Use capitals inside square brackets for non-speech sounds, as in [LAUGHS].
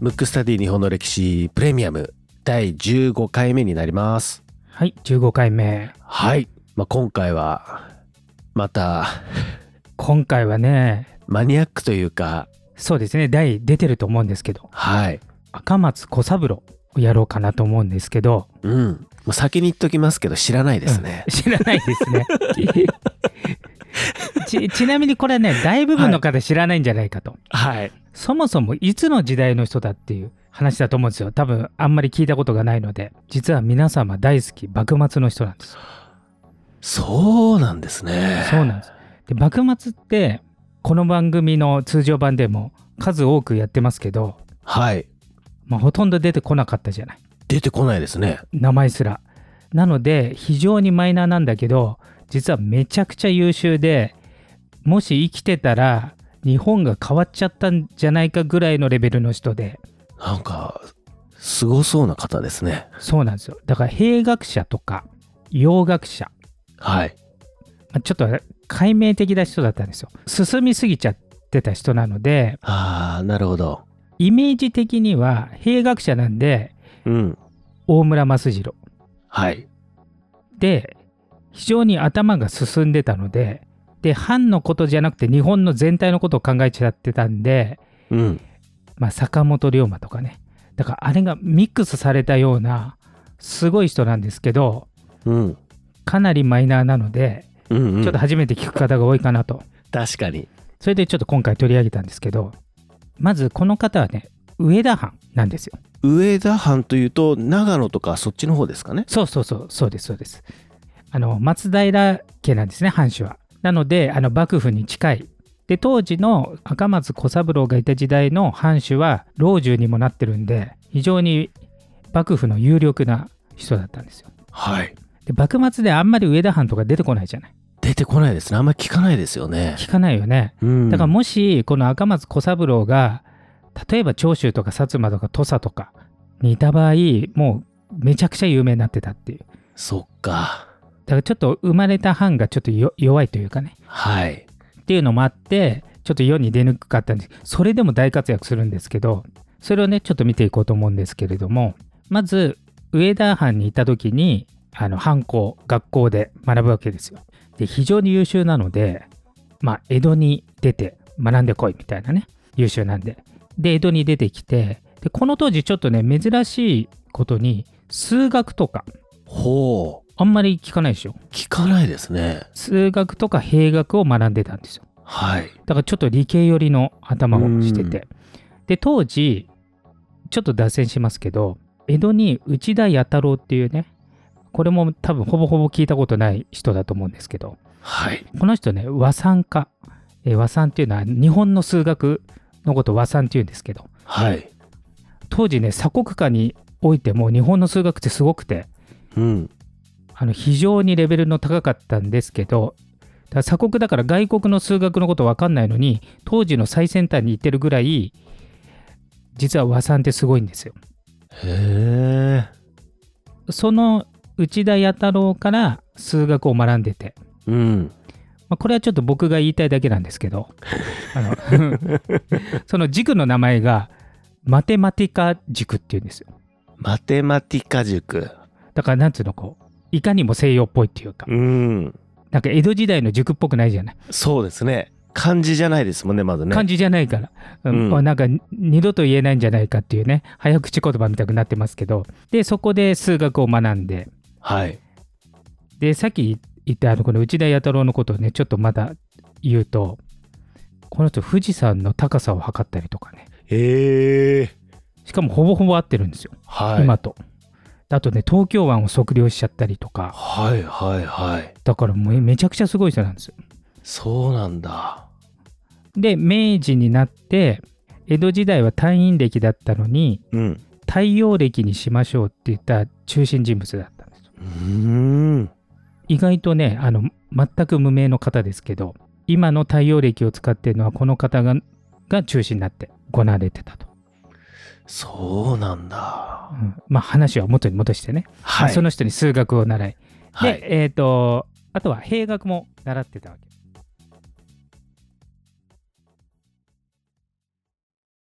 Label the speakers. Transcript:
Speaker 1: ムックスタディ日本の歴史プレミアム第15回目になります。
Speaker 2: はい、15回目。
Speaker 1: はい。まあ、今回は、また、
Speaker 2: 今回はね、
Speaker 1: マニアックというか、
Speaker 2: そうですね、題出てると思うんですけど、
Speaker 1: はい。
Speaker 2: 赤松小三郎をやろうかなと思うんですけど、
Speaker 1: うん。もう先に言っときますけど、知らないですね。
Speaker 2: 知らないで
Speaker 1: [LAUGHS]
Speaker 2: すね。ちちなみにこれはね、大部分の方知らないんじゃないかと。
Speaker 1: はい。
Speaker 2: そもそもいつの時代の人だっていう話だと思うんですよ。多分あんまり聞いたことがないので、実は皆様大好き幕末の人なんですよ。
Speaker 1: そうなんですね。
Speaker 2: そうなんです。で、幕末って、この番組の通常版でも数多くやってますけど、
Speaker 1: はい。
Speaker 2: まあ、ほとんど出てこなかったじゃない
Speaker 1: 出てこないですね。
Speaker 2: 名前すらなので非常にマイナーなんだけど実はめちゃくちゃ優秀でもし生きてたら日本が変わっちゃったんじゃないかぐらいのレベルの人で
Speaker 1: なんか、すごそうな方ですね。
Speaker 2: そうなんですよだから兵学者とか洋学者、
Speaker 1: はい。
Speaker 2: まあちょっと解明的な人だったんですよ進みすぎちゃってた人なので
Speaker 1: ああ、なるほど。
Speaker 2: イメージ的には兵学者なんで
Speaker 1: うん。
Speaker 2: 大村益次郎
Speaker 1: はい。
Speaker 2: で非常に頭が進んでたのでで藩のことじゃなくて日本の全体のことを考えちゃってたんで、
Speaker 1: うん。
Speaker 2: まあ、坂本龍馬とかねだからあれがミックスされたようなすごい人なんですけど
Speaker 1: うん。
Speaker 2: かなりマイナーなので
Speaker 1: うん、
Speaker 2: ちょっと初めて聞く方が多いかなと、
Speaker 1: 確かに。
Speaker 2: それでちょっと今回取り上げたんですけどまずこの方はね上田藩なんですよ
Speaker 1: 上田藩というと、長野とかそっちの方ですかね。
Speaker 2: そうそうそうそうですそうですあの松平家なんですね藩主はなのであの幕府に近いで当時の赤松小三郎がいた時代の藩主は老中にもなってるんで非常に幕府の有力な人だったんですよ
Speaker 1: はい。
Speaker 2: で幕末であんまり上田藩とか出てこないじゃない
Speaker 1: 出てこないですね。あんまり聞かないですよね。
Speaker 2: 聞かないよね
Speaker 1: うん
Speaker 2: だからもしこの赤松小三郎が例えば長州とか薩摩とか土佐とかにいた場合もうめちゃくちゃ有名になってたっていう
Speaker 1: そっか。
Speaker 2: だからちょっと生まれた藩がちょっとよ弱いというかね
Speaker 1: はい。
Speaker 2: っていうのもあってちょっと世に出にくかったんですそれでも大活躍するんですけどそれをねちょっと見ていこうと思うんですけれどもまず上田藩にいた時にあの藩校学校で学ぶわけですよで非常に優秀なのでまあ江戸に出て学んでこいみたいなね優秀なんでで江戸に出てきてでこの当時ちょっとね珍しいことに数学とか
Speaker 1: ほう。
Speaker 2: あんまり聞かないでしょ
Speaker 1: 聞かないですね。
Speaker 2: 数学とか兵学を学んでたんですよ
Speaker 1: はい。
Speaker 2: だからちょっと理系寄りの頭をしててで当時ちょっと脱線しますけど江戸に内田弥太郎っていうねこれも多分ほぼほぼ聞いたことない人だと思うんですけど
Speaker 1: はい。
Speaker 2: この人ね和算家えー和算っていうのは日本の数学のこと和算っていうんですけど
Speaker 1: はい。
Speaker 2: 当時ね鎖国下においても日本の数学ってすごくて
Speaker 1: うん。
Speaker 2: あの非常にレベルの高かったんですけどだから鎖国だから外国の数学のこと分かんないのに当時の最先端に行ってるぐらい実は和算ってすごいんですよ。
Speaker 1: へえ。
Speaker 2: その内田弥太郎から数学を学んでて、
Speaker 1: うん。
Speaker 2: まあ、これはちょっと僕が言いたいだけなんですけどあのその軸の名前がマテマティカ軸っていうんですよ。
Speaker 1: マテマティカ塾。
Speaker 2: だからなんつうのこういかにも西洋っぽいっていうか
Speaker 1: うん。
Speaker 2: なんか江戸時代の塾っぽくないじゃない。
Speaker 1: そうですね。漢字じゃないですもんね、まずね。
Speaker 2: 感じじゃないから、うん
Speaker 1: うん
Speaker 2: なんか二度と言えないんじゃないかっていうね早口言葉みたくなってますけどでそこで数学を学んで
Speaker 1: はい。
Speaker 2: でさっき言ったあのこの内田弥太郎のことをねちょっとまた言うとこの人富士山の高さを測ったりとかね
Speaker 1: へえ。
Speaker 2: しかもほぼほぼ合ってるんですよ、
Speaker 1: はい。
Speaker 2: 今と。あとね東京湾を測量しちゃったりとか
Speaker 1: はいはいはい。
Speaker 2: だからもうめちゃくちゃすごい人なんですよ。
Speaker 1: そうなんだ。
Speaker 2: で明治になって江戸時代は退院歴だったのに
Speaker 1: うん。
Speaker 2: 太陽暦にしましょうって言った中心人物だったんですよ
Speaker 1: うーん。
Speaker 2: 意外とねあの全く無名の方ですけど今の太陽暦を使っているのはこの方がが中心になって行われてたと、
Speaker 1: そうなんだ
Speaker 2: う。んまあ話は元に戻してね、
Speaker 1: はい。
Speaker 2: その人に数学を習いで、
Speaker 1: はい。
Speaker 2: えっ、とあとは兵学も習ってたわけ